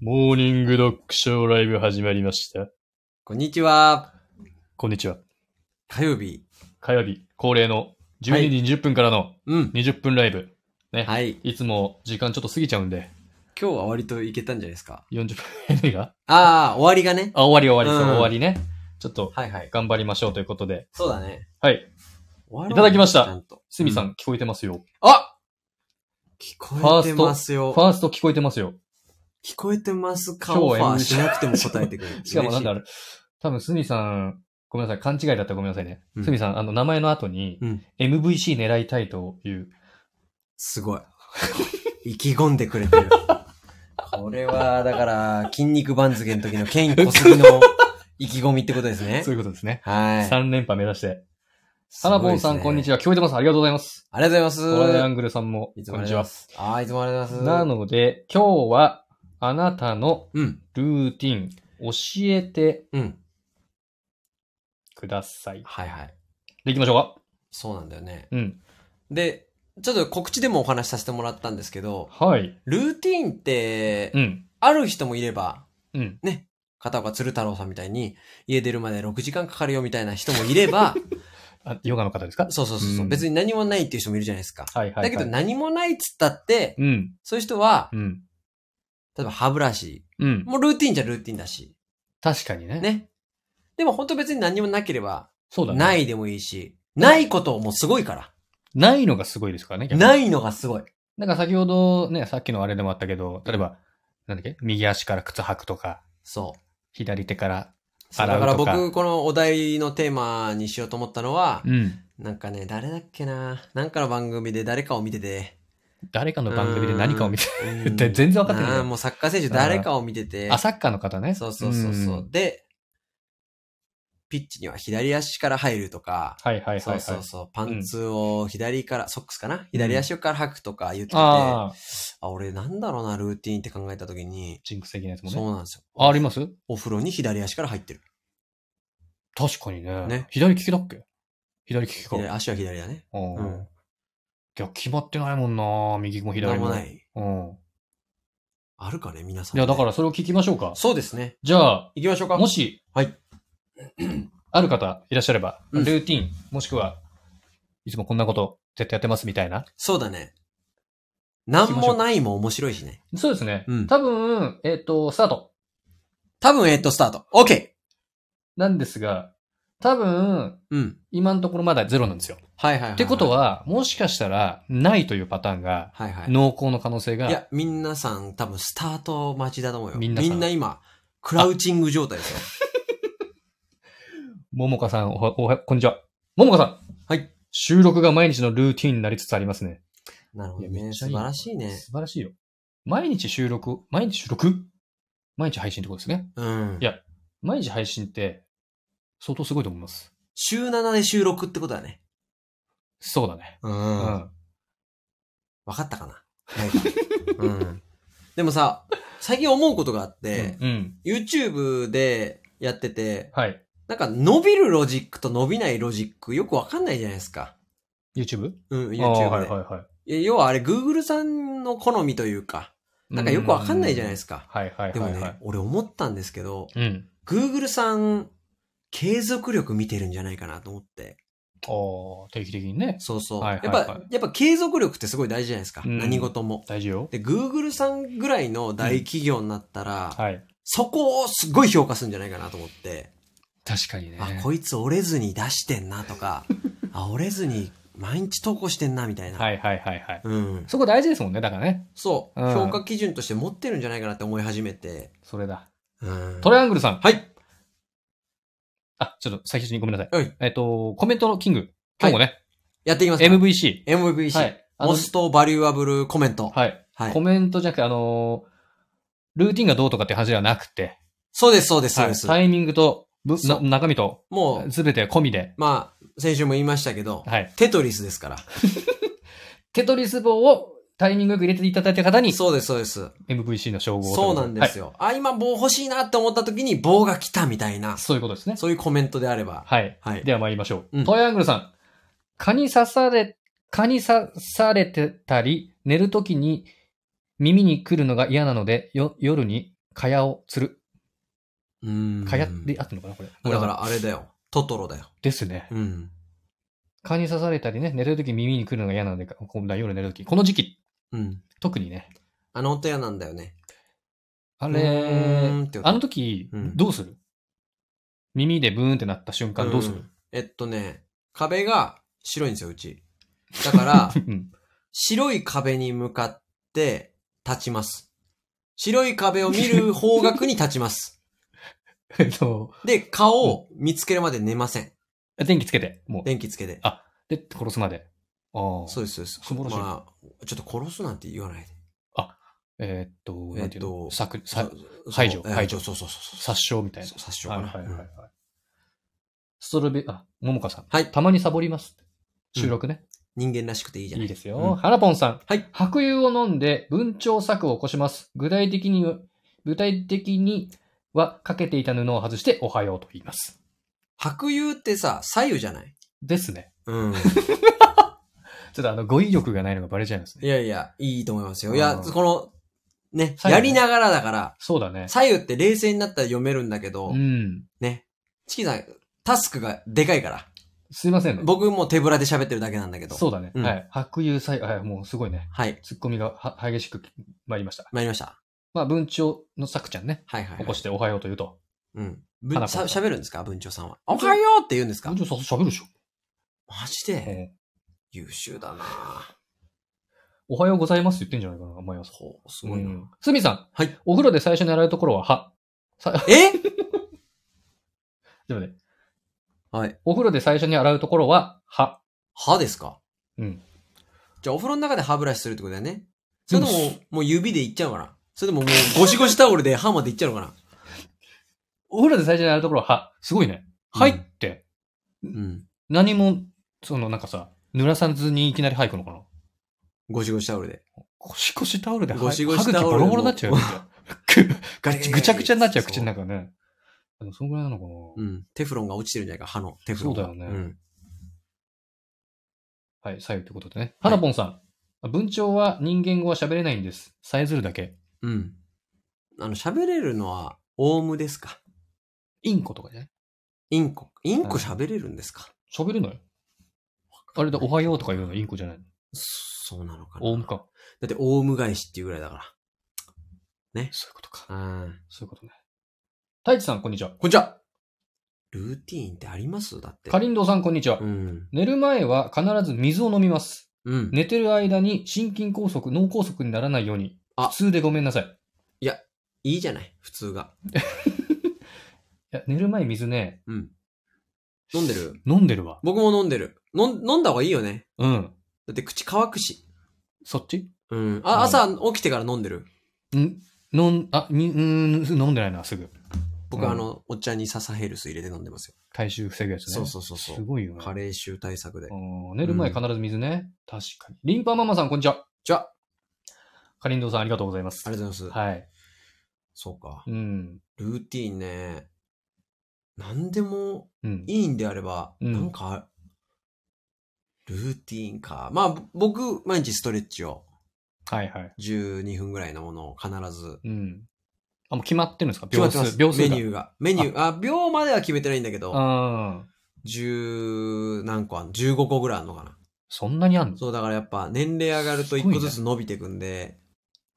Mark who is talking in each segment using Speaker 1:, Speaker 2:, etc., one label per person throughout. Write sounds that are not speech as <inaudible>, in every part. Speaker 1: モーニングドッグショーライブ始まりました。
Speaker 2: こんにちは。
Speaker 1: こんにちは。
Speaker 2: 火曜日。
Speaker 1: 火曜日恒例の12時20分からの
Speaker 2: うん。
Speaker 1: 20分ライブ。ね。
Speaker 2: はい。
Speaker 1: い、つも時間ちょっと過ぎちゃうんで、
Speaker 2: 今日は割といけたんじゃないですか。
Speaker 1: 40分目が。
Speaker 2: ああ、終わりがね。
Speaker 1: あ、終わり終わり、そう
Speaker 2: うん
Speaker 1: 終わりね。ちょっと
Speaker 2: はいはい。
Speaker 1: 頑張りましょうということで。
Speaker 2: そうだね。
Speaker 1: はい。
Speaker 2: い
Speaker 1: いただきました
Speaker 2: ちゃんと。
Speaker 1: すみさ、
Speaker 2: うん
Speaker 1: 聞こえてますよ。
Speaker 2: あ聞こえてますよ
Speaker 1: フ。ァースト聞こえてますよ。
Speaker 2: 聞こえてますかオファーしなくても答えてくれる。
Speaker 1: <laughs> しかもなんだろ
Speaker 2: ろ
Speaker 1: う。多分すみさん、ごめんなさい。勘違いだったらごめんなさいね
Speaker 2: う。ん
Speaker 1: すみさん、あの、名前の後に
Speaker 2: う。うん。
Speaker 1: MVC 狙いたいという。
Speaker 2: すごい。意気込んでくれてる。これは、だから、筋肉番付の時のケイン小杉
Speaker 1: <laughs>
Speaker 2: の意気込みってことですね
Speaker 1: そ。ういうことですね。
Speaker 2: はい。
Speaker 1: 3連覇目指して。花ぼんさん、こんにち
Speaker 2: は。
Speaker 1: は。聞こえてます。ありがとうございます。
Speaker 2: ありがとうござい
Speaker 1: ト
Speaker 2: ます。
Speaker 1: ライアングルさんも、
Speaker 2: いつ
Speaker 1: こ
Speaker 2: もあ
Speaker 1: んに
Speaker 2: り
Speaker 1: ち
Speaker 2: がとうございま
Speaker 1: は。
Speaker 2: す。あーいつもありがとうございます。
Speaker 1: なので、今日は、あなたの
Speaker 2: うん。
Speaker 1: ルーティン、教えて
Speaker 2: うん。
Speaker 1: ください。
Speaker 2: はいはい。
Speaker 1: で、行きましょ
Speaker 2: そうなんだよね。
Speaker 1: うか。うん。
Speaker 2: で、ちょっと告知でもお話しさせてもらったんですけど、
Speaker 1: はい。
Speaker 2: ルーティーンって
Speaker 1: う、ん。
Speaker 2: ある人もいれば、
Speaker 1: うん。
Speaker 2: 片岡鶴太郎さんみたいに、家出るまで6時間かかるよみたいな人もい
Speaker 1: <laughs>
Speaker 2: れば、
Speaker 1: あ、ヨガの方ですか
Speaker 2: そうそうそうそう、
Speaker 1: うん
Speaker 2: 別に何もないっていう人もいるじゃないですか。
Speaker 1: はいはい、は
Speaker 2: だ
Speaker 1: い。
Speaker 2: けど、何もないっつったって、
Speaker 1: うん。
Speaker 2: そういう人は、
Speaker 1: うん。
Speaker 2: 例えば歯ブラシ、
Speaker 1: うん。
Speaker 2: もうルーティーンじゃルーティーンだし、
Speaker 1: 確かにね。。
Speaker 2: ね。でも本当別に何もなければ、
Speaker 1: そうだね。。
Speaker 2: ないいでもいいし、ないこともすごいから。
Speaker 1: ないのがすごいですからね。逆に
Speaker 2: ないのがすごい。
Speaker 1: なんか先ほどね、さっきのあれでもあったけど、例えば、なんだっけ右足から靴履くとか、
Speaker 2: そう。
Speaker 1: 左手から、
Speaker 2: そう
Speaker 1: 洗
Speaker 2: だ
Speaker 1: う
Speaker 2: か
Speaker 1: と
Speaker 2: ら
Speaker 1: か
Speaker 2: 僕、このお題のテーマにしようと思ったのは、
Speaker 1: うん。
Speaker 2: なんかね、誰だっけな、なんかの番組で誰かを見てて、
Speaker 1: 誰かの番組で何かを見て、
Speaker 2: うん
Speaker 1: 全然わかってない
Speaker 2: あーもうサッカー選手誰かを見てて
Speaker 1: あ、、サッカーの方ね。
Speaker 2: そうそうそうそう、
Speaker 1: ん
Speaker 2: で、ピッチには左足から入るとか、
Speaker 1: はいはいはいはい。
Speaker 2: そうそうそう、パンツを左から、ソックスかな左足から履くとか言ってて、あ
Speaker 1: ああ、
Speaker 2: 俺なんだろうな、ルーティーンって考えた時に、
Speaker 1: ジンクス的なやつも
Speaker 2: そ
Speaker 1: ね。
Speaker 2: うなんですよ。
Speaker 1: あ、あります
Speaker 2: お風呂に左足から入ってる。
Speaker 1: 確かにね。
Speaker 2: ね
Speaker 1: 左利きだっけ左利きか。
Speaker 2: 左足は左だね。
Speaker 1: うん
Speaker 2: うん
Speaker 1: いや、決まってないもんな右も
Speaker 2: な
Speaker 1: 左
Speaker 2: ん
Speaker 1: も。
Speaker 2: もない。
Speaker 1: うん。
Speaker 2: あるかね、皆さん、
Speaker 1: いや、だからそれを聞きましょうか。
Speaker 2: そうですね。
Speaker 1: じゃあ、
Speaker 2: 行きましょうか。
Speaker 1: もし、
Speaker 2: はい。
Speaker 1: <clears throat> ある方いらっしゃれば、
Speaker 2: う
Speaker 1: ル
Speaker 2: ん
Speaker 1: ーティン、もしくは、いつもこんなこと絶対やってますみたいな。
Speaker 2: そうだね。なんもないも面白いしね。
Speaker 1: そうですね。
Speaker 2: うん
Speaker 1: 多分、えっ、と、スタート
Speaker 2: 多分、えーっと、スタート。OK!
Speaker 1: なんですが、多分、
Speaker 2: うん。
Speaker 1: 今のところまだゼロなんですよ。
Speaker 2: はいはいはい、はい。
Speaker 1: ってことは、もしかしたら、ないというパターンが、
Speaker 2: はいはい。
Speaker 1: 濃厚の可能性
Speaker 2: いや
Speaker 1: が、、
Speaker 2: 皆さん多分スタート待ちだと思うよ。
Speaker 1: み
Speaker 2: み
Speaker 1: ん
Speaker 2: ん
Speaker 1: な
Speaker 2: な
Speaker 1: さん
Speaker 2: 今、クラウチング状態ですよ。
Speaker 1: ももかさん、おは、おは、こんにちは。ももかさん。
Speaker 2: はい。
Speaker 1: 収録が毎日のルーティンになりつつありますね。
Speaker 2: なるほ
Speaker 1: い
Speaker 2: ど
Speaker 1: やめっ
Speaker 2: ね。
Speaker 1: ちゃ
Speaker 2: 素
Speaker 1: いい
Speaker 2: 晴らしいね。
Speaker 1: 素晴らしいよ。毎日収録、毎日収録毎日配信ってことですね。
Speaker 2: うん
Speaker 1: いや。毎日配信って、相当すごいと思います。
Speaker 2: 週7で収録ってことだね。
Speaker 1: そうだね。
Speaker 2: うん。
Speaker 1: う
Speaker 2: わ、
Speaker 1: ん。
Speaker 2: かったかな。ないかうん。でもさ、最近思うことがあって、
Speaker 1: うん。
Speaker 2: YouTube でやってて、
Speaker 1: はい。
Speaker 2: なんか伸びるロジックと伸びないロジックよくわかんないじゃないですか。
Speaker 1: YouTube?
Speaker 2: うん、YouTube
Speaker 1: あ
Speaker 2: で。
Speaker 1: ーはいはいはい
Speaker 2: や要はあれ Google さんの好みというか、
Speaker 1: い。
Speaker 2: なんかよくわかんないじゃないですすか。
Speaker 1: か。はいはい
Speaker 2: でも
Speaker 1: はい
Speaker 2: ね、
Speaker 1: はい。
Speaker 2: 俺思ったんですけど、
Speaker 1: うん。
Speaker 2: Google さん、継続力見てるんじゃないかなと思って。
Speaker 1: おー、定期的にね。
Speaker 2: そうそう。
Speaker 1: はい
Speaker 2: や
Speaker 1: はい
Speaker 2: っ
Speaker 1: はい
Speaker 2: ぱ、やっぱ継続力ってすごい大事じゃないですか。
Speaker 1: うん
Speaker 2: 何事も。
Speaker 1: 大事よ。
Speaker 2: で、Google さんぐらいの大企業になったら、
Speaker 1: はい。
Speaker 2: そこをすごい評価するんじゃないかなと思って。
Speaker 1: 確かにね。
Speaker 2: あ、こいつ折れずに出してんなとか、あ、折れずに毎日投稿してんなみたいな。
Speaker 1: はいはいはいはい。
Speaker 2: うん。
Speaker 1: そこ大事ですもんね、だからね。
Speaker 2: そう、
Speaker 1: うん
Speaker 2: 評価基準として持ってるんじゃないかなって思い始めて。
Speaker 1: それだ。
Speaker 2: うん。
Speaker 1: トライアングルさん。
Speaker 2: はい。
Speaker 1: あ、ちょっと最初にごめんなさい。
Speaker 2: はい
Speaker 1: えっと、コメントのキング。今日もね、
Speaker 2: やっていきますか。
Speaker 1: MVC。
Speaker 2: MVC。
Speaker 1: はい。あの
Speaker 2: モ、ストバリュアブルコメント。
Speaker 1: はい。
Speaker 2: はい
Speaker 1: コ。メントじゃなくて、あのー、ルーティンがどうとかって話ではなくて、
Speaker 2: そうです、そうです、そう
Speaker 1: はい
Speaker 2: です。
Speaker 1: タイミングと、ぶ
Speaker 2: そ
Speaker 1: な
Speaker 2: う
Speaker 1: 中身と、
Speaker 2: もう、
Speaker 1: すべて込みで、
Speaker 2: まあ、先週も言いましたけど、
Speaker 1: はい。
Speaker 2: テトリスですから。
Speaker 1: テトリス棒をタイミングよく入れていただいた方に、
Speaker 2: そうです、そうです。
Speaker 1: MVC の称号を。
Speaker 2: そうなんです
Speaker 1: よ。
Speaker 2: よ。あ、今棒欲しいなって思った時に棒が来たみたいな、
Speaker 1: そういうことですね。
Speaker 2: そういうコメントであれば。
Speaker 1: はい。
Speaker 2: はい。
Speaker 1: では参りましょう。
Speaker 2: うん
Speaker 1: トライアングルさん。蚊に刺され、蚊に刺されてたり、寝るときに耳に来るのが嫌なので、よ、夜にかやを釣る。
Speaker 2: うーん。
Speaker 1: かやって合ってんのかなこれ。
Speaker 2: だからあれだよ。トトロだよ。
Speaker 1: ですね。
Speaker 2: うん。
Speaker 1: 蚊に刺されたりね、寝るとき耳に来るのが嫌なので、こんな夜寝るとき。この時期、
Speaker 2: うん。
Speaker 1: 特にね。
Speaker 2: あの音屋なんだよね。
Speaker 1: あ
Speaker 2: うー
Speaker 1: れ
Speaker 2: んっ、て音
Speaker 1: あの時
Speaker 2: うん、
Speaker 1: どうする、耳でブーンってなった瞬間どうする
Speaker 2: ん、えっとね、壁が白いんですよ、うち。だ
Speaker 1: <laughs>
Speaker 2: から、
Speaker 1: うん、
Speaker 2: 白い壁に向かって立ちます。白い壁を見る方角に立ちます。
Speaker 1: えっと、
Speaker 2: で、顔を見つけるまで寝ません。
Speaker 1: 電気つけて、もう。
Speaker 2: 電気つけて。
Speaker 1: で、殺すまで。ああ。
Speaker 2: そうです、そうです。
Speaker 1: 素晴らしい
Speaker 2: まあ、ちょっと殺すなんて言わないで。
Speaker 1: えーっと、なんていう
Speaker 2: え
Speaker 1: の
Speaker 2: っと
Speaker 1: 削さ
Speaker 2: そうそう
Speaker 1: 排除
Speaker 2: えー
Speaker 1: 排除
Speaker 2: そうそうそうそう。
Speaker 1: 殺傷みたいな。
Speaker 2: そう殺傷かな。
Speaker 1: はいはいはいは
Speaker 2: う
Speaker 1: い
Speaker 2: ん。
Speaker 1: ストロベ、あ、ももかさん。
Speaker 2: はい
Speaker 1: たまにサボりますって。収録ね。
Speaker 2: 人間らしくていいじゃな
Speaker 1: い
Speaker 2: い
Speaker 1: いです
Speaker 2: うん
Speaker 1: よ。はらぽんさん。
Speaker 2: はい。
Speaker 1: 白湯を飲んで文鳥策を起こします。具体的に、具体的にはかけていた布を外しておはようと言います。
Speaker 2: 白湯ってさ、左右じゃない
Speaker 1: ですね。
Speaker 2: うん。
Speaker 1: ちょっとあの、語彙力がないのがバレちゃいます
Speaker 2: い
Speaker 1: ね。
Speaker 2: やいや、いいと思いますよ。いや、
Speaker 1: うん
Speaker 2: この、ね、
Speaker 1: 左右
Speaker 2: やりながらだから、
Speaker 1: そうだね。
Speaker 2: 左右って冷静になったら読めるんだけど、
Speaker 1: うん。
Speaker 2: ね。チキさん、タスクがでかいから。
Speaker 1: すいませんね。
Speaker 2: 僕もう手ぶらで喋ってるだけなんだけど。
Speaker 1: そうだね。
Speaker 2: うん
Speaker 1: はい。白湯さえ、はい、もうすごいね。
Speaker 2: はい。
Speaker 1: ツッコミがは激しく参りました。
Speaker 2: 参りました。
Speaker 1: まあ、文鳥の作ちゃんね、
Speaker 2: はいはい、はい。
Speaker 1: 起こしておはようと言うと。
Speaker 2: うん。ぶ
Speaker 1: 花子
Speaker 2: し
Speaker 1: さ
Speaker 2: ゃ
Speaker 1: ん
Speaker 2: 喋るんですか文鳥さんは。おはようって言うんですか
Speaker 1: 文
Speaker 2: マ
Speaker 1: 鳥さん喋るでしょ。
Speaker 2: ジで
Speaker 1: うん
Speaker 2: 優秀だな
Speaker 1: おはようございますって言ってんじゃないかな、毎朝。
Speaker 2: ほう、すごいな、
Speaker 1: うんすみさん。
Speaker 2: はい。
Speaker 1: お風呂で最初に洗うところは歯。さ、
Speaker 2: え
Speaker 1: でもね、
Speaker 2: はい。
Speaker 1: お風呂で最初に洗うところは歯。
Speaker 2: 歯ですか
Speaker 1: うん。
Speaker 2: じゃあお風呂の中で歯ブラシするってことだよね。それとも
Speaker 1: でも、
Speaker 2: もう指でいっちゃうかなそれとももうゴシゴシタオルで歯までいっちゃうのかな
Speaker 1: お風呂で最初に洗うところは歯。すごいね。
Speaker 2: うん
Speaker 1: 歯って、
Speaker 2: うん。
Speaker 1: 何も、そのなんかさ、濡らさずにいきなり歯行くのかな
Speaker 2: ゴシゴシタオルで。
Speaker 1: ゴシゴシタオルで歯、
Speaker 2: ゴシゴシタ
Speaker 1: 歯茎ボ
Speaker 2: オルで
Speaker 1: ロ
Speaker 2: も
Speaker 1: ボロになっ <laughs> ちゃうよ。ぐ
Speaker 2: ガリガリガリ
Speaker 1: ぐちゃぐちゃになっちゃう、
Speaker 2: そう
Speaker 1: 口の中ね。でも、そんぐらいなのかな、
Speaker 2: うん。テフロンが落ちてるんじゃないか、歯のテフロンが。
Speaker 1: そうだよね
Speaker 2: うん。
Speaker 1: はい、左右ってことでね。はなぽんさん。文鳥は人間語は喋れないんです。さえずるだけ。
Speaker 2: うん。あの、喋れるのは、オウムですか
Speaker 1: インコとかじゃない
Speaker 2: インコ。インコ
Speaker 1: はい
Speaker 2: 喋れるんですか、
Speaker 1: 喋るのよ。あれだ、おはようとか言うのインコじゃないの。
Speaker 2: そうなのかな。
Speaker 1: オウムか。
Speaker 2: だって、オウム返しっていうぐらいだか
Speaker 1: そういうことか。
Speaker 2: ら。うん。
Speaker 1: そういうことね。太一さん、こんにちは。
Speaker 2: こんにちはルーティーンってありますだって。
Speaker 1: かりんどうさん、こんにちは。
Speaker 2: うん。
Speaker 1: 寝る前は必ず水を飲みます。
Speaker 2: うん。
Speaker 1: 寝てる間に心筋梗塞、脳梗塞にならないように。
Speaker 2: あ
Speaker 1: 普通でごめんなさい。い
Speaker 2: いいじゃない普通が。
Speaker 1: や、寝る前水ね、
Speaker 2: うん。飲んでる
Speaker 1: 飲んでるわ。
Speaker 2: 僕も飲んでる。飲ん、飲んだ方がいいよね。
Speaker 1: うん。
Speaker 2: だって口乾くし。
Speaker 1: そっち
Speaker 2: うん。
Speaker 1: うん
Speaker 2: あ、朝起きてから飲んでる。
Speaker 1: ん、飲ん、あ、み、うーん、飲んでないな、すぐ。
Speaker 2: 僕、
Speaker 1: うん
Speaker 2: あの、お茶に笹ヘルス入れて飲んでますよ。
Speaker 1: 体臭防ぐやつね。
Speaker 2: そうそうそうそう
Speaker 1: すごいよね。
Speaker 2: 加齢臭対策で。
Speaker 1: うん寝る前必ず水ね。確かに。リンパママさん、こんにちは。
Speaker 2: じゃあ、
Speaker 1: かりんどうさん、ありがとうございます。
Speaker 2: ありがとうございます。
Speaker 1: はい。
Speaker 2: そうか
Speaker 1: う。ん。
Speaker 2: ルーティーンね。何でも
Speaker 1: うん。
Speaker 2: いいんであれば、
Speaker 1: うん
Speaker 2: なんか、ルーティーンか。まあ、ぼ僕、毎日ストレッチを
Speaker 1: はいはい。
Speaker 2: 12分ぐらいのものを必ず。
Speaker 1: うん。あ、もう決まってるんですか
Speaker 2: 決ま
Speaker 1: 秒
Speaker 2: ってま
Speaker 1: 数。
Speaker 2: す
Speaker 1: 秒数
Speaker 2: メ
Speaker 1: が
Speaker 2: ニューが。メニュー、あ秒までは決めてないんだけど、
Speaker 1: うん。
Speaker 2: 10何個あんの ?15 個ぐらいあるのかな。
Speaker 1: そんなにあんの
Speaker 2: そう、だからやっぱ年齢上がると
Speaker 1: す
Speaker 2: 1
Speaker 1: ごいね
Speaker 2: 個ずつ伸びてくんで、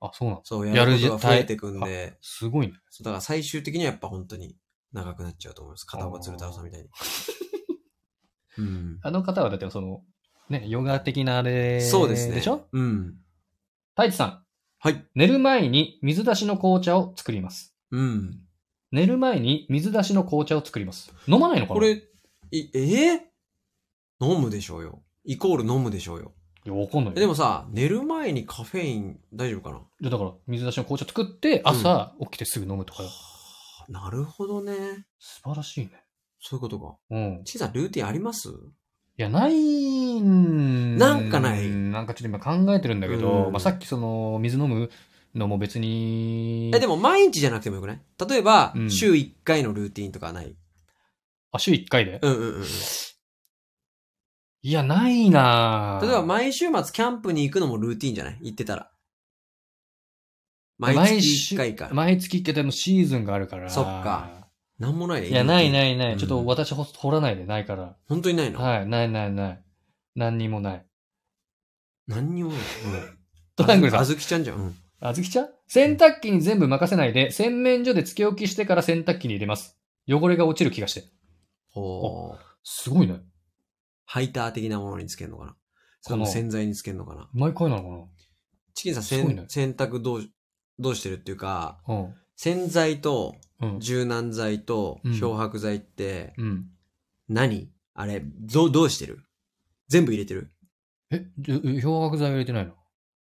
Speaker 1: あ、そうなの
Speaker 2: そう、
Speaker 1: や
Speaker 2: や
Speaker 1: る
Speaker 2: ることが増えてくんで、
Speaker 1: すごいね。
Speaker 2: そうだから最終的にはやっぱ本当に長くなっちゃうと思います。片岡鶴太郎さんみ <laughs> たいに。うん。
Speaker 1: あの方はだってその、ね、ヨガ的なあれ、
Speaker 2: そうですね。
Speaker 1: でしょ
Speaker 2: うん。
Speaker 1: 太一さん、
Speaker 2: はい。
Speaker 1: 寝る前に水出しの紅茶を作ります。
Speaker 2: うん。
Speaker 1: 寝る前に水出しの紅茶を作ります。飲まないのかな
Speaker 2: これ、いえー飲むでしょうよ。イコール飲むでしょうよ。
Speaker 1: いや、わかんないよ。
Speaker 2: えでもさ、寝る前にカフェイン大丈夫かな
Speaker 1: じゃあだから、水出しの紅茶作って、朝起きてすぐ飲むとか、
Speaker 2: <sighs> なるほどね。
Speaker 1: 素晴らしいね。
Speaker 2: そういうことか。
Speaker 1: うん。
Speaker 2: ちいさん、ルーティンあります
Speaker 1: いや、ないん
Speaker 2: なんかない
Speaker 1: なんかちょっと今考えてるんだけど、
Speaker 2: うん
Speaker 1: まあ、さっきその、水飲むのも別に、
Speaker 2: え、でも毎日じゃなくてもよくない例えば
Speaker 1: う、ん
Speaker 2: 週1回のルーティンとかない
Speaker 1: あ、週1回で、
Speaker 2: うんうんうん。例
Speaker 1: いや、ないなぁ
Speaker 2: えば毎週末キャンプに行くのもルーティンじゃない行ってたら。毎月1回か。
Speaker 1: 毎月一回でもシーズンがあるから。
Speaker 2: そっか。なんもないね。
Speaker 1: いや、ないないな
Speaker 2: う
Speaker 1: い。
Speaker 2: ん
Speaker 1: ちょっと私ほ掘らないで、ないから。
Speaker 2: 本当にないの、
Speaker 1: はい、ないないない。何にもない。
Speaker 2: 何
Speaker 1: <laughs>
Speaker 2: にもない。
Speaker 1: トラングルさ
Speaker 2: あ
Speaker 1: ん。
Speaker 2: ずきちゃんじゃん。うん
Speaker 1: あずきちゃん洗濯機に全部任せないで、洗面所でつけ置きしてから洗濯機に入れます。汚れが落ちる気がして。
Speaker 2: ほう。
Speaker 1: すごいね。
Speaker 2: ハイター的なものにつけるのかなそ
Speaker 1: この
Speaker 2: の洗剤につけるのかな
Speaker 1: 毎回なの
Speaker 2: チキンさん、
Speaker 1: すごい
Speaker 2: 洗
Speaker 1: ね
Speaker 2: 洗濯どう、どうしてるっていうか、
Speaker 1: かな
Speaker 2: 洗剤と
Speaker 1: うん。うん。
Speaker 2: 柔軟剤と
Speaker 1: うん
Speaker 2: 漂白剤って
Speaker 1: うん。
Speaker 2: 何、あれ、どう、どうしてる全部入れてる
Speaker 1: え、じゅえ漂白剤入れてないの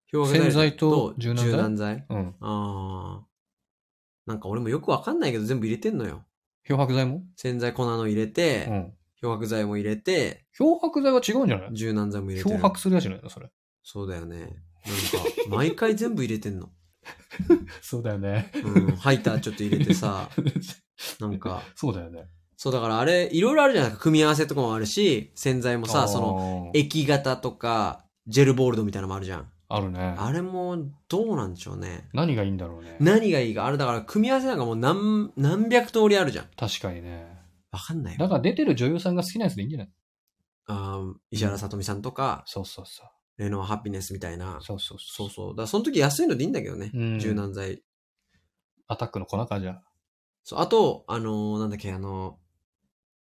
Speaker 2: 漂白剤
Speaker 1: 洗剤と柔軟剤
Speaker 2: 剤
Speaker 1: うん。
Speaker 2: あー。なんか俺もよくわかんないけど全部入れてんのよ。
Speaker 1: 漂白剤も
Speaker 2: 洗剤粉の入れて、
Speaker 1: うん。
Speaker 2: 漂白剤も入れて、
Speaker 1: 漂白剤は違うんじゃない
Speaker 2: 柔軟剤も入れてる。
Speaker 1: 漂白するやつじゃないのそれ。
Speaker 2: そうだよね。なんか、毎回全部入れてんの。
Speaker 1: <laughs> そうだよね。 <laughs>
Speaker 2: うん、 <laughs> ハイターちょっと入れてさ、なんか、
Speaker 1: そうだよね。
Speaker 2: そうだからあれ、いろいろあるじゃないですか。組み合わせとかもあるし、洗剤もさ、その、
Speaker 1: の
Speaker 2: 液型とか、ジェルボールドみたいなのもあるじゃん。
Speaker 1: あるね。
Speaker 2: あれも、どうなんでしょうね。
Speaker 1: 何がいいんだろうね。
Speaker 2: 何がいいか、あれだから組み合わせなんかもう何、何百通りあるじゃん。
Speaker 1: 確かにね。
Speaker 2: わかんない
Speaker 1: だ
Speaker 2: よ。
Speaker 1: から出てる女優さんが好きなやつでいいんじゃない
Speaker 2: あー石原さとみさんとか、
Speaker 1: そうそうそう。
Speaker 2: レノアハピネスみたいな。
Speaker 1: そうそうそ
Speaker 2: そうう。そう。だからその時安いのでいいんだけどね。
Speaker 1: うん
Speaker 2: 柔軟剤。
Speaker 1: アタックの粉かじゃあ。
Speaker 2: そう、あと、あのーなんだっけ、あのー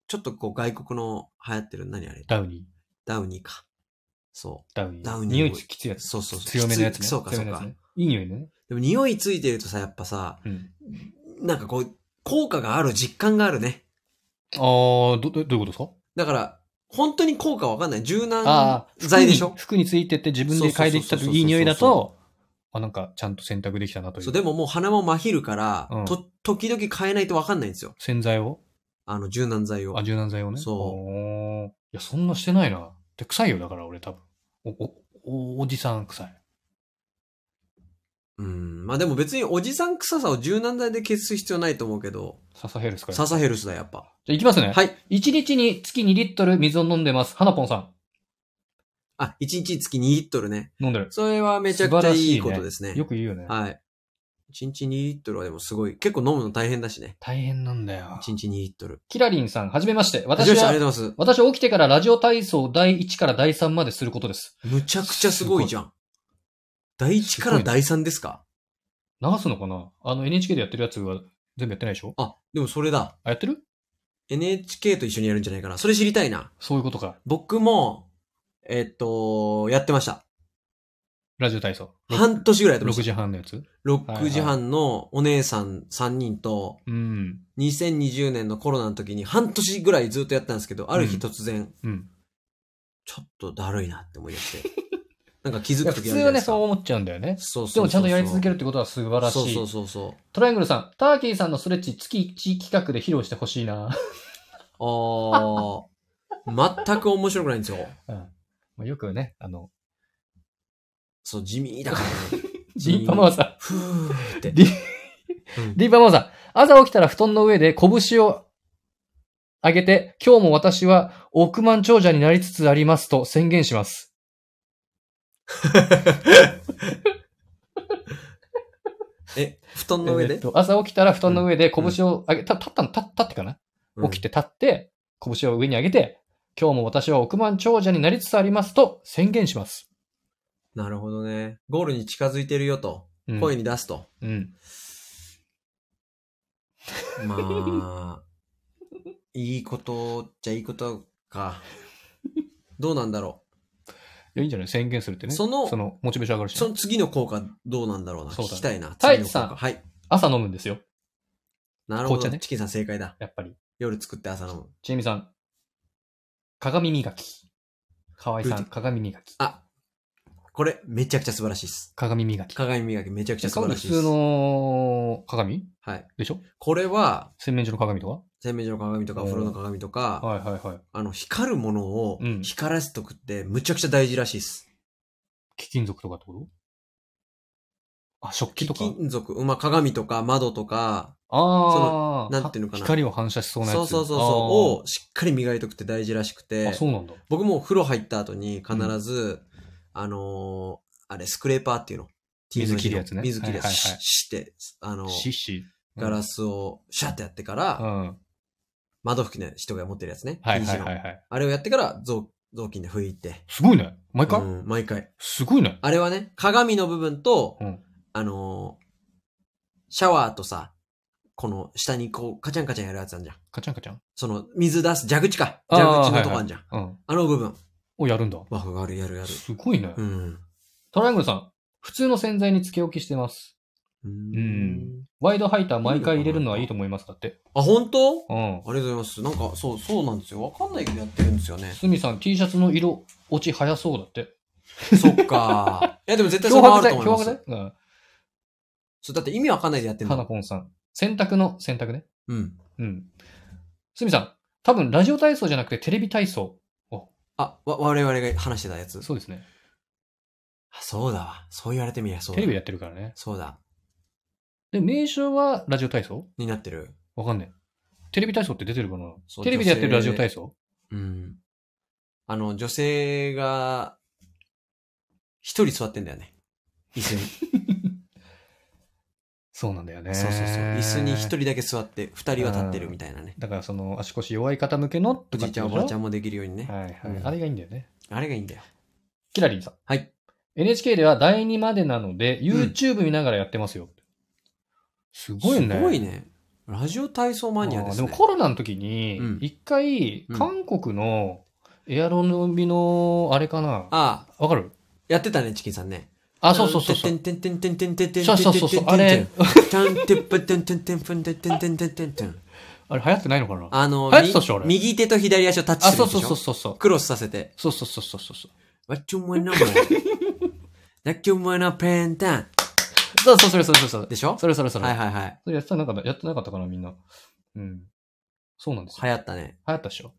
Speaker 2: ちょっとこう外国の流行ってる、何あれ
Speaker 1: ダウニー。
Speaker 2: ダウニーか。そ
Speaker 1: ダウニー。
Speaker 2: ダウニー
Speaker 1: 匂いきついや
Speaker 2: う。
Speaker 1: つ。
Speaker 2: そうそうそう。
Speaker 1: 強めのやつ
Speaker 2: きつ
Speaker 1: ね。
Speaker 2: いそうか、
Speaker 1: 強
Speaker 2: そ
Speaker 1: めの
Speaker 2: う
Speaker 1: やつ
Speaker 2: か。
Speaker 1: ね。いい匂いね。
Speaker 2: でも匂いついてるとさ、やっぱさ、
Speaker 1: うん。
Speaker 2: なんかこう、効果がある実感があるね。
Speaker 1: あー、ど、どどういうことですか
Speaker 2: だから、本当に効果わかんない。柔軟
Speaker 1: ああ、
Speaker 2: 剤でしょ
Speaker 1: 服に服についてって自分で嗅いできたといい匂いだ
Speaker 2: そうそうそう
Speaker 1: と、あ、なんかちゃんと洗濯できたなという。
Speaker 2: そう、でももう鼻もまひるから、
Speaker 1: うん
Speaker 2: と、時々変えないとわかんないんですよ。
Speaker 1: 洗剤を
Speaker 2: あの、柔軟剤を
Speaker 1: あ、。柔軟剤をね。
Speaker 2: そう
Speaker 1: う。いや、そんなしてないな。で、臭いよ、だから俺多分。お、お、おおじさん臭い。
Speaker 2: うん。まあでも別におじさん臭さを柔軟剤で消す必要ないと思うけど、
Speaker 1: 笹ヘルスから。じゃ
Speaker 2: ササヘルスだ、やっぱ。
Speaker 1: あ、いきますね。
Speaker 2: はい。
Speaker 1: い。1日に月2リットル水を飲んでます。花ぽんさ
Speaker 2: あ、1日月2リットルね。
Speaker 1: ん。飲んでる。
Speaker 2: それはめちゃくちゃいいことですね。
Speaker 1: よく言うよね。
Speaker 2: はい。1日2リットルはでもすごい。結構飲むの大変だしね。
Speaker 1: 大変なんだよ。
Speaker 2: 1日2リットル。
Speaker 1: キラリンさん、はじめまして。
Speaker 2: は
Speaker 1: 私
Speaker 2: じめましてあり
Speaker 1: は、
Speaker 2: がとうございま
Speaker 1: 私は起きてからラジオ体操第1から第3まですることです。
Speaker 2: す。むちゃくちゃすごいじゃん。第1から第3ですか
Speaker 1: 流すのかなあの NHK でやってるやつは全部やってないでしょ
Speaker 2: あ、でもそれだ。
Speaker 1: あ、やってる
Speaker 2: NHK と一緒にやるんじゃないかな。それ知りたいな。
Speaker 1: そういうことか。
Speaker 2: 僕も、えっと、やってました。
Speaker 1: ラジオ体操。
Speaker 2: 半年ぐらいやってま
Speaker 1: 6
Speaker 2: した。
Speaker 1: 時半のやつ
Speaker 2: 6時半のお姉さん3人と、
Speaker 1: うん。
Speaker 2: 2020年のコロナの時に半年ぐらいずっとやったんですけど、ある日突然、
Speaker 1: うん。
Speaker 2: ちょっとだるいなって思い出して。 <laughs> なんか気づ
Speaker 1: いや普
Speaker 2: く時
Speaker 1: 通
Speaker 2: あるじゃ
Speaker 1: は
Speaker 2: ない
Speaker 1: ね、
Speaker 2: ですか。
Speaker 1: そう思っちゃうんだよね。
Speaker 2: そうそうそう
Speaker 1: でもちゃんとやり続けるってことは素晴らしい。
Speaker 2: そうそうそうそ
Speaker 1: トライアングルさん、ターキーさんのストレッチ月1企画で披露してほしいな。 <laughs>
Speaker 2: う。あー。全く面白くないんですよ。
Speaker 1: うんまあ、よくね、あの、
Speaker 2: そう、地味だから、ね。
Speaker 1: <laughs> リンパマオさん、
Speaker 2: ふーって。
Speaker 1: リ
Speaker 2: うん
Speaker 1: リンパマオさん、朝起きたら布団の上で拳を上げて、今日も私は億万長者になりつつありますと宣言します。
Speaker 2: え、布団の上
Speaker 1: え
Speaker 2: で
Speaker 1: っ、と朝起きたら布団の上で拳を上げ、た立ったの、立立ってかな
Speaker 2: うん
Speaker 1: 起きて立って、拳を上に上げて、今日も私は億万長者になりつつありますと宣言します。
Speaker 2: なるほどね。ゴールに近づいてるよと。
Speaker 1: うん、
Speaker 2: 声に出すと。
Speaker 1: うん。
Speaker 2: まあ、いいことっちゃいいこと
Speaker 1: <laughs>
Speaker 2: か。どうなんだろ
Speaker 1: いや、いいんじゃない宣言するってね。
Speaker 2: その
Speaker 1: その、モチベーション上がる
Speaker 2: う。
Speaker 1: しね、
Speaker 2: その次の効果どうなんだろうな。
Speaker 1: そう
Speaker 2: 聞
Speaker 1: だね
Speaker 2: きたいな。
Speaker 1: 太
Speaker 2: 次
Speaker 1: 一
Speaker 2: の効
Speaker 1: さん
Speaker 2: 果。はい。
Speaker 1: 朝飲むんですよ。
Speaker 2: なるほ
Speaker 1: 紅茶
Speaker 2: ど。
Speaker 1: ね
Speaker 2: チキンさん正解だ。
Speaker 1: やっぱり。
Speaker 2: 夜作って朝飲む。
Speaker 1: ちえみさん。鏡磨き。河合さ
Speaker 2: ブ
Speaker 1: ん、
Speaker 2: ー
Speaker 1: 鏡磨き。
Speaker 2: あ、これめちゃくちゃ素晴らしいです。
Speaker 1: 鏡磨き。
Speaker 2: 鏡磨きめちゃくちゃ素晴らしい
Speaker 1: 普
Speaker 2: で
Speaker 1: 通
Speaker 2: す。
Speaker 1: の鏡
Speaker 2: はい。
Speaker 1: でしょ
Speaker 2: これは、
Speaker 1: 洗面所の鏡と
Speaker 2: 洗面所の鏡とか
Speaker 1: おー
Speaker 2: お風呂の鏡と
Speaker 1: か
Speaker 2: か、
Speaker 1: はいはいはい。
Speaker 2: あの、光るものを
Speaker 1: うん
Speaker 2: 光らせとくってむちゃくちゃ大事らしいです。
Speaker 1: 貴金属とかってことあ、食器
Speaker 2: 貴
Speaker 1: とか。
Speaker 2: 金属、まあ、鏡とか窓とか、
Speaker 1: ああ。
Speaker 2: なんていうのかな
Speaker 1: 光を反射しそうなやつ。
Speaker 2: そうそうそうそうをしっかり磨いとくって大事らしく
Speaker 1: あー
Speaker 2: て
Speaker 1: あ、そうなんだ。
Speaker 2: 僕もお風呂入った後に必ず、あのーあれ、スクレーパーっていうの T の字の
Speaker 1: 水切るやつね
Speaker 2: 水切るや
Speaker 1: はい
Speaker 2: つ。
Speaker 1: はいは
Speaker 2: シッ
Speaker 1: い
Speaker 2: シッって、あの、
Speaker 1: シッシ。うん
Speaker 2: ガラスをシャッってやってか
Speaker 1: う
Speaker 2: ら、
Speaker 1: ん。はい
Speaker 2: 窓拭きの人が持ってるやつね。
Speaker 1: はい
Speaker 2: T 字
Speaker 1: はい
Speaker 2: の
Speaker 1: はい。
Speaker 2: あれをやってから、雑雑巾で拭いて。
Speaker 1: すごいね。毎回、
Speaker 2: うん毎回。
Speaker 1: すごいね。
Speaker 2: あれはね、鏡の部分と、
Speaker 1: うん
Speaker 2: あのーシャワーとさ、この下にこう、カチャンカチャンやるやつあんじゃん。
Speaker 1: カチャンカチャン。
Speaker 2: その、水出す、蛇口か。
Speaker 1: あー
Speaker 2: 蛇口のとこあんじゃん。あ,、
Speaker 1: うん。
Speaker 2: の部分。
Speaker 1: をやるんだ。
Speaker 2: わ、があるやるやる。
Speaker 1: すごいね。
Speaker 2: うん。
Speaker 1: トライアングルさん、普通の洗剤につけ置きしてます。
Speaker 2: うー
Speaker 1: ん。ワイドハイター毎回入れるのはいいと思います。だって。
Speaker 2: あ、本当
Speaker 1: うん。
Speaker 2: ありがとうございます。なんか、そう、そうなんですよ。わかんないけどやってるんですよね。
Speaker 1: すみさん、T シャツの色、落ち早そうだって。
Speaker 2: そっ
Speaker 1: <laughs>
Speaker 2: か。いや、でも絶対そ
Speaker 1: 漂
Speaker 2: れも
Speaker 1: 白
Speaker 2: あると
Speaker 1: 剤
Speaker 2: 思い
Speaker 1: 漂白
Speaker 2: ます。
Speaker 1: 剤うん。
Speaker 2: そう、だって意味わかんないでやってる
Speaker 1: 花な
Speaker 2: の。
Speaker 1: こんさん。洗濯の洗濯ね。
Speaker 2: うん。
Speaker 1: うん。すみさん、多分ラジオ体操じゃなくてテレビ体操。
Speaker 2: あ、わ、我々が話してたやつ。
Speaker 1: そうですね。
Speaker 2: あそうだわ。そう言われてみりゃそう
Speaker 1: テ
Speaker 2: だ
Speaker 1: レビ。やってるからね。
Speaker 2: そうだ。
Speaker 1: で、名称はラジオ体操
Speaker 2: になってる。
Speaker 1: わかんない。テレビ体操って出てるかな
Speaker 2: そう
Speaker 1: テレビでやってるラジオ体操
Speaker 2: うん。あの、女性が、一人座ってんだよね。椅子に。
Speaker 1: そうなんだよね。
Speaker 2: そうそうそう。椅子に一。人だけ座って、二人は立ってるみたいなね。
Speaker 1: だからその足腰弱い方向けの
Speaker 2: お
Speaker 1: とか
Speaker 2: じいちゃんおばあちゃんもできるようにね。
Speaker 1: はいはい、
Speaker 2: うん
Speaker 1: あれがいいんだよね。
Speaker 2: あれがいいんだよ。
Speaker 1: キラリンさん。
Speaker 2: はい。
Speaker 1: NHK では第2までなので、YouTube 見ながらやってますよ。すごいね。
Speaker 2: すごいね。ラジオ体操マニアです
Speaker 1: あー
Speaker 2: ね。
Speaker 1: でもコロナの時に
Speaker 2: うん、
Speaker 1: 一回、
Speaker 2: うん
Speaker 1: 韓国のエアロ伸びの、あれかな。
Speaker 2: ああ、
Speaker 1: わかる
Speaker 2: やってたね、チキンさんね。
Speaker 1: あ、そうそうそうそ
Speaker 2: て
Speaker 1: う。
Speaker 2: んてんてんてんてんてんてんてんてんてんてん
Speaker 1: そうそうそうそう。あれ、
Speaker 2: ちゃんてっぷてんてんてんぷんてんてんてんてんてんてん。
Speaker 1: あれ流行ってないのかな
Speaker 2: あの、
Speaker 1: 流行ってたっしょあれ
Speaker 2: み右手と左足をタッチ
Speaker 1: あ、
Speaker 2: する
Speaker 1: そ
Speaker 2: ん
Speaker 1: う
Speaker 2: でし
Speaker 1: そうそうそう
Speaker 2: ょ
Speaker 1: そう。
Speaker 2: クロスさせて。
Speaker 1: そうそうそうそうそう。
Speaker 2: What you wanna だっけお前のペンタン。
Speaker 1: そうそう、それそれそれそれ。
Speaker 2: でしょ
Speaker 1: それそれそれ。
Speaker 2: はいはいはい。
Speaker 1: それやってたなんかやってなかったかな、みんな。うん。そうなんですよ。
Speaker 2: 流行ったね。
Speaker 1: 流行ったっしょ。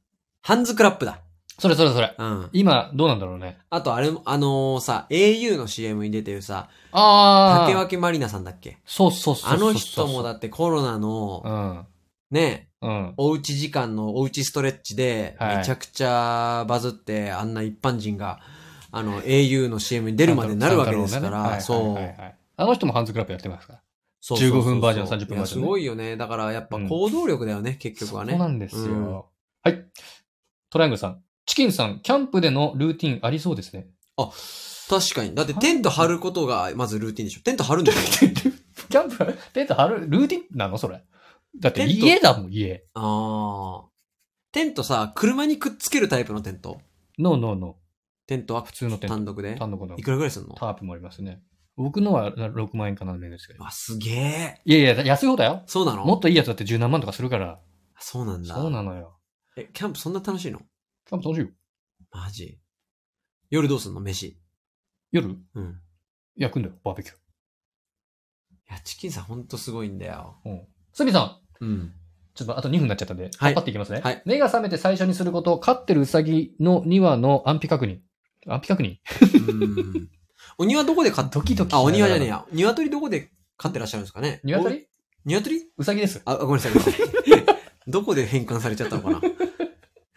Speaker 2: ハンズクラップだ。
Speaker 1: それそれそれ。
Speaker 2: うん。
Speaker 1: 今、どうなんだろうね。
Speaker 2: あとあれも、あのーさ、au の CM に出てるさ、
Speaker 1: あ
Speaker 2: 竹
Speaker 1: ー。
Speaker 2: 脇まりなさんだっけ
Speaker 1: そうそうそうそう。
Speaker 2: あの人もだ。ってコロナの
Speaker 1: う、ん。
Speaker 2: ね、
Speaker 1: うん。
Speaker 2: おうち時間のおうちストレッチで、
Speaker 1: はい
Speaker 2: めちゃくちゃバズって、あんな一般人が、あの、au の CM に出るまでなるわけです
Speaker 1: 三
Speaker 2: か
Speaker 1: 太郎が
Speaker 2: ら、
Speaker 1: ね
Speaker 2: そ。
Speaker 1: はいはいうはいはいあの人もハンズクラップやってますから。
Speaker 2: そうそうそうそう
Speaker 1: 15分バージョン30分バージョンね
Speaker 2: いやすごいよね。だからやっぱ行動力だよね、結局はね。
Speaker 1: そうなんですよ。
Speaker 2: うん
Speaker 1: はい。トライアングルさん。チキンさん、キャンプでのルーティンありそうです
Speaker 2: <laughs>
Speaker 1: ね。
Speaker 2: あ、確かに。だってテント張ることがまずルーティンでしょ。テント張るんでしょ
Speaker 1: キャンプ、テント張る、ルーティンなのそれ。だって
Speaker 2: テント
Speaker 1: 家だもん、家。
Speaker 2: ああ。テントさ、車にくっつけるタイプのテント
Speaker 1: ノーノーノ
Speaker 2: テントは
Speaker 1: ー。普通のテン
Speaker 2: 単独で
Speaker 1: ト。単独の
Speaker 2: いくらぐらいすんの
Speaker 1: タープもありますね。僕のは6万円かな、ですけど。
Speaker 2: わ、すげえ。
Speaker 1: いやいや、安い方だよ。
Speaker 2: そうなの
Speaker 1: もっといいやつだって十何万とかするから。
Speaker 2: そうなんだ。
Speaker 1: そうなのよ。
Speaker 2: え、キャンプそんな楽しいの
Speaker 1: キャンプ楽しいよ。
Speaker 2: マジ。夜どうすんの飯。
Speaker 1: 夜
Speaker 2: うん。
Speaker 1: 焼くんだよ、バーベキュー。
Speaker 2: いや、チキンさんほんとすごいんだよ。
Speaker 1: うん。すみさん。
Speaker 2: うん。
Speaker 1: ちょっとあと2分になっちゃったんで、
Speaker 2: はい
Speaker 1: パパっていきますね。
Speaker 2: はい
Speaker 1: 目が覚めて最初にすること、飼ってるウサギの2羽の安否確認。安否確認
Speaker 2: うん。お庭どこで飼っ
Speaker 1: ドキドキ。
Speaker 2: <laughs> あ、お庭じゃねえ。や。鶏どこで飼ってらっしゃるんですかねお
Speaker 1: 鶏
Speaker 2: 鶏
Speaker 1: ウサギです。
Speaker 2: あ、ごめんなさい。ごめん <laughs> なさいどこで変換されちゃったの <laughs> かな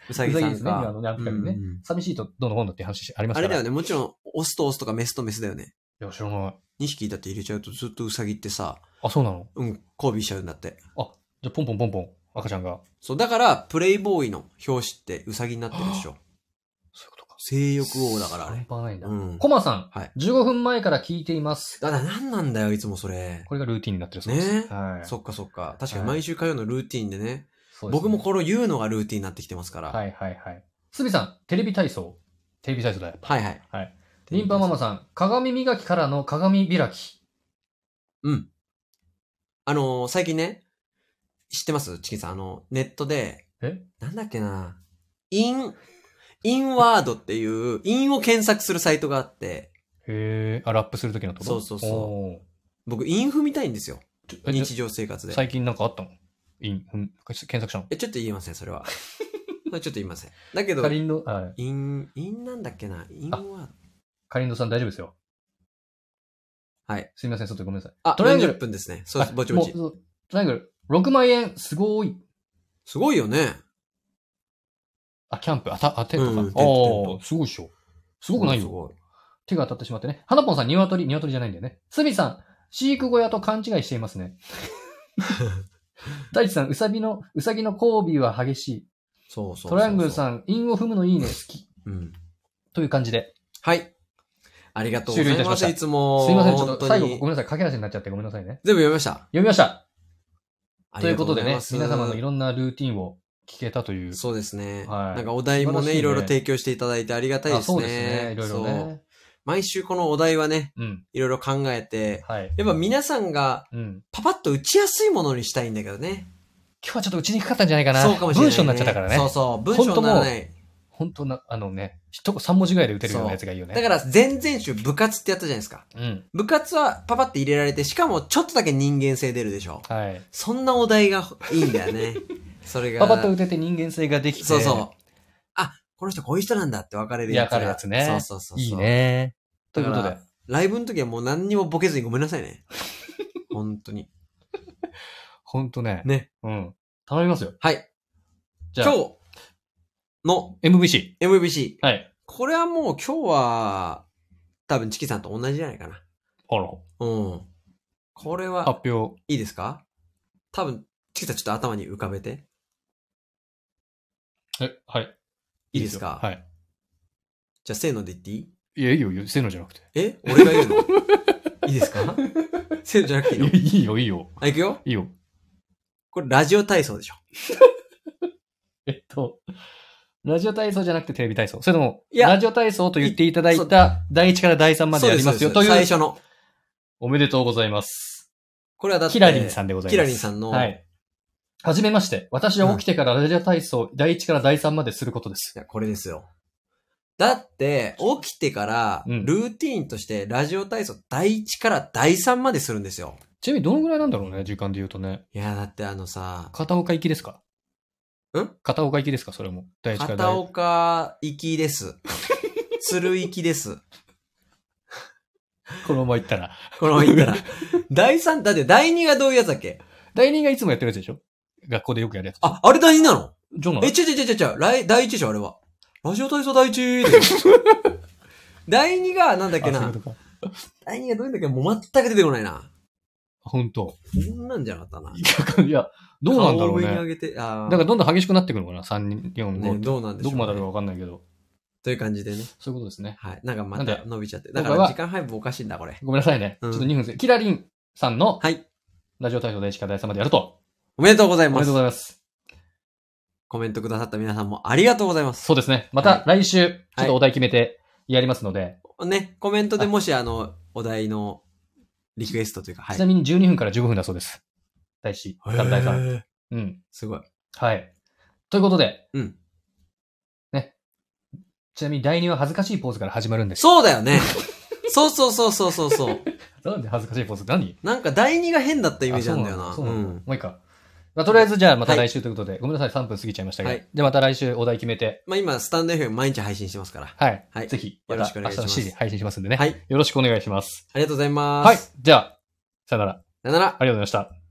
Speaker 2: うさぎさ
Speaker 1: ウサギで
Speaker 2: ん
Speaker 1: すね
Speaker 2: か。
Speaker 1: 今のねアプリね
Speaker 2: うんうん
Speaker 1: 寂しいとどうの本だって話ありまし
Speaker 2: あ
Speaker 1: た
Speaker 2: れ
Speaker 1: か
Speaker 2: だ
Speaker 1: ら。
Speaker 2: よね、もちろん、オスとオスとかメスとメスだよね。
Speaker 1: いや、知らない。
Speaker 2: 2匹だって入れちゃうとずっとウサギってさ、
Speaker 1: あ、そうなの
Speaker 2: うん、交尾しちゃうんだって。
Speaker 1: じゃあ、ポンポンポンポン、赤ちゃんが。
Speaker 2: そう、だから、プレイボーイの表紙ってウサギになってるでしょ。
Speaker 1: そういうことか。
Speaker 2: 性欲王だからあれ。
Speaker 1: 半端ないんだ
Speaker 2: う。ん。
Speaker 1: コマさん、
Speaker 2: はい
Speaker 1: 15分前から聞いています。
Speaker 2: だからなんなんだよ、いつもそれ。
Speaker 1: これがルーティンになってるそうです。
Speaker 2: ね
Speaker 1: はい。
Speaker 2: そっかそっか。確かに
Speaker 1: はい
Speaker 2: 毎週火曜のルーティンでね。
Speaker 1: そうですね
Speaker 2: 僕もこれを言うのがルーティンになってきてますから。
Speaker 1: はいはいはい。すびさん、テレビ体操。テレビ体操だよ。
Speaker 2: はいはい。
Speaker 1: はい。リンパママさん、鏡磨きからの鏡開き。
Speaker 2: うん。あのー最近ね、知ってますチキンさん。あの、ネットで、
Speaker 1: え
Speaker 2: なんだっけな、イン、インワードっていう、インを検索するサイトがあって、
Speaker 1: へえ、あ、ラップするときのってこと
Speaker 2: そうそうそう
Speaker 1: お
Speaker 2: 僕、イン踏みたいんですよ。
Speaker 1: ーちょえ
Speaker 2: 日常生活で。
Speaker 1: 最近なんかあったのイン、うん、検索したの
Speaker 2: え、ちょっと言えません、それは。 <laughs> それはちょっと言いません。だけど
Speaker 1: か、りんの、あ
Speaker 2: イン、インなんだっけな、インワード。
Speaker 1: かりんのさん大丈夫ですよ。
Speaker 2: はい。
Speaker 1: すみません、ちょっとごめんなさい。
Speaker 2: あ、
Speaker 1: トライアングル
Speaker 2: 40分ですね。そうです、
Speaker 1: あ
Speaker 2: ぼちぼち
Speaker 1: もう。そうトライアングル、6万円、すごい。
Speaker 2: すごいよね。
Speaker 1: あ、キャンプ、あた、あ、テントか。
Speaker 2: うんテント
Speaker 1: あ
Speaker 2: テン
Speaker 1: あ、すごいっしょ。すごくない
Speaker 2: す
Speaker 1: よ。
Speaker 2: ごい。
Speaker 1: 手が当たってしまってね。花ぽんさん、鶏、鶏じゃないんだよね。すみさん、飼育小屋と勘違いしています <laughs> ね。大地さん、うさぎの、うさぎの交尾は激しい。
Speaker 2: そうそうそうそう
Speaker 1: トライアングルさん、韻を踏むのいいね、好き。
Speaker 2: うん。
Speaker 1: という感じで。
Speaker 2: はい。ありがとうご
Speaker 1: 終
Speaker 2: ざ
Speaker 1: 了
Speaker 2: い
Speaker 1: いたし
Speaker 2: ま
Speaker 1: まし
Speaker 2: す。
Speaker 1: た
Speaker 2: いつも。
Speaker 1: すいません、ちょっ
Speaker 2: 本当
Speaker 1: と
Speaker 2: に
Speaker 1: 最後ごめんなさい、駆け足になっちゃってごめんなさいね。
Speaker 2: 全部読みました。
Speaker 1: 読みました。
Speaker 2: あ
Speaker 1: とい
Speaker 2: り
Speaker 1: うこ
Speaker 2: が
Speaker 1: と
Speaker 2: ござ
Speaker 1: でね、
Speaker 2: ます
Speaker 1: 皆様のいろんなルーティンを聞けたという。
Speaker 2: そうですね。
Speaker 1: はい
Speaker 2: なんかお題も
Speaker 1: 素晴らし
Speaker 2: ね、
Speaker 1: いね
Speaker 2: いろいろ提供していただいてありがたいです
Speaker 1: あそ
Speaker 2: ね。
Speaker 1: うですね、いろいろ
Speaker 2: そう
Speaker 1: ね。
Speaker 2: 毎週このお題はね、
Speaker 1: うん。
Speaker 2: いろいろ考えて、
Speaker 1: はい。
Speaker 2: やっぱ皆さんが
Speaker 1: うん。
Speaker 2: パパッと打ちやすいものにしたいんだけどね。
Speaker 1: 今日はちょっと打ちにくかったんじゃないかな。
Speaker 2: そうかもしれない、ね。
Speaker 1: 文章になっちゃったからね。
Speaker 2: そうそう、文章にならない。
Speaker 1: 本当な、あのね、一言三文字ぐらいで打てるようなやつがいいよね。
Speaker 2: だから前々週部活ってやったじゃないですか。
Speaker 1: うん。
Speaker 2: 部活はパパって入れられて、しかもちょっとだけ人間性出るでしょ。
Speaker 1: はい。
Speaker 2: そんなお題がいいんだ
Speaker 1: <laughs>
Speaker 2: よね。それが。
Speaker 1: パパッと打てて人間性ができて。
Speaker 2: そうそう。あ、この人こういう人なんだって分かれるやつが。
Speaker 1: いや分かるやつね
Speaker 2: そうそうそうそう。
Speaker 1: いい。ね。と
Speaker 2: だ
Speaker 1: いう
Speaker 2: か
Speaker 1: こと
Speaker 2: ら
Speaker 1: で。、
Speaker 2: ライブの時はもう何にもボケずにごめんなさい
Speaker 1: <laughs>
Speaker 2: ね。本当に。
Speaker 1: ほんとね。
Speaker 2: ね。
Speaker 1: うん。頼みますよ。
Speaker 2: はい。
Speaker 1: じゃ
Speaker 2: 今
Speaker 1: あ、
Speaker 2: 日の
Speaker 1: MVC。
Speaker 2: MVC。
Speaker 1: はい。
Speaker 2: これはもう今日は、多分チキさんと同じじゃないかな。
Speaker 1: あら、
Speaker 2: うん。これは、
Speaker 1: 発表。
Speaker 2: いいですか多分、チキさんちょっと頭に浮かべて。
Speaker 1: え、はい。
Speaker 2: いいですか
Speaker 1: よはい。
Speaker 2: じゃあ、せーので言っていい
Speaker 1: いや、いいよ、いいよ。せーのじゃなくて。
Speaker 2: え俺が言うのいいですかせーのじゃなくていいの
Speaker 1: いいよ、いいよ。
Speaker 2: あ、いくよ
Speaker 1: いいよ。
Speaker 2: これラジオ体操でしょ。
Speaker 1: えっと、ラジオ体操じゃなくてテレビ体操。それとも、
Speaker 2: いや
Speaker 1: ラジオ体操と言っていただいた第1から第3までやりますよ
Speaker 2: そ
Speaker 1: と
Speaker 2: う
Speaker 1: い
Speaker 2: で
Speaker 1: う、
Speaker 2: そうで最初の。
Speaker 1: おめでとうございます。
Speaker 2: これはだって、
Speaker 1: キラリンさんでございます。
Speaker 2: キラリンさんの
Speaker 1: はい。はじめまして。私は起きてからラジオ体操、第1から第3まですることです
Speaker 2: い。や、これですよ。だって、起きてから、
Speaker 1: うん
Speaker 2: ルーティーンとして、ラジオ体操第1から第3までするんですよ。
Speaker 1: ちなみにどのぐらいなんだろうね、時間で言うとね。
Speaker 2: いや、だってあのさ、
Speaker 1: 片岡行きですか
Speaker 2: ん
Speaker 1: 片岡行きですかそれも。第1から第
Speaker 2: 片岡行きです。鶴行きです。
Speaker 1: このまま行ったら。
Speaker 2: この言ったら。 <laughs> 第3、だって第2がどういうやつだっけ
Speaker 1: 第2がいつもやってるやつでしょ学校でよくやるやつ。
Speaker 2: あ、あれ第2なの
Speaker 1: ジョンの
Speaker 2: え、ちょちょちょちょちょ、来第1でしょ、あれは。ラジオ体操第1でしょ <laughs> 第2が、なんだっけ
Speaker 1: あそうい
Speaker 2: な
Speaker 1: うこ。とか
Speaker 2: 第2がどういうんだっけもう全く出てこないな。
Speaker 1: 本当。
Speaker 2: こんなんじゃなかったな。
Speaker 1: いや、どうなんだろう
Speaker 2: 顔を上に上
Speaker 1: ね。
Speaker 2: げて、
Speaker 1: だ
Speaker 2: あー
Speaker 1: からどんどん激しくなってくるのかな ?3、4、
Speaker 2: ね、
Speaker 1: 5。
Speaker 2: どうなんでし
Speaker 1: ど
Speaker 2: ょう、
Speaker 1: こまであるかわかんないけど。
Speaker 2: という感じでね。
Speaker 1: そういうことですね。
Speaker 2: はい。なんかま
Speaker 1: なん
Speaker 2: た
Speaker 1: で
Speaker 2: 伸びちゃって。
Speaker 1: 今
Speaker 2: だ
Speaker 1: 回
Speaker 2: か
Speaker 1: は
Speaker 2: ら時間配分おかしいんだ、これ。
Speaker 1: ごめんなさいね。
Speaker 2: うん
Speaker 1: ちょっと2分で。キラリンさんの
Speaker 2: はい。
Speaker 1: ラジオ体操第1から第3までやると。
Speaker 2: おめでとうござい
Speaker 1: おめ
Speaker 2: ま
Speaker 1: でとう
Speaker 2: す
Speaker 1: ご。ざいます。
Speaker 2: コメントくださった皆さんもありがとうございます。
Speaker 1: そうですね。また来週、ちょっとお題決めてやりますので、
Speaker 2: ね、コメントでもしあの、お題のリクエストというか、はい。
Speaker 1: ちなみに12分から15分だそうです。第1から第3。
Speaker 2: へー
Speaker 1: うん。
Speaker 2: すごい。
Speaker 1: はい。ということで、
Speaker 2: うん。
Speaker 1: ちなみに第2は恥ずかしいポーズから始まるんです。
Speaker 2: そうだよね。そうそうそうそうそうそう。
Speaker 1: なんで恥ずかしいポーズ何
Speaker 2: なんか第二が変だったイメージなんだよ
Speaker 1: あ
Speaker 2: な。
Speaker 1: そうなのそうなの
Speaker 2: ん
Speaker 1: もういいか。まあ、とりあえずじゃあまた
Speaker 2: は
Speaker 1: 来週ということで、ごめんなさい、3分過ぎちゃいましたけど。
Speaker 2: はい
Speaker 1: じゃあまた来週お題決めて、
Speaker 2: まあ今、スタンド FM 毎日配信してますから。
Speaker 1: はい。
Speaker 2: はい
Speaker 1: ぜひ、ま
Speaker 2: よ
Speaker 1: た
Speaker 2: ろしくお
Speaker 1: 明
Speaker 2: 願い
Speaker 1: 日
Speaker 2: しま
Speaker 1: の
Speaker 2: す
Speaker 1: 7時配信しますんでね。
Speaker 2: はい。
Speaker 1: よろしくお願いします。
Speaker 2: ありがとうございます。
Speaker 1: はい。じゃあ、さよなら。
Speaker 2: さよなら。
Speaker 1: ありがとうございました。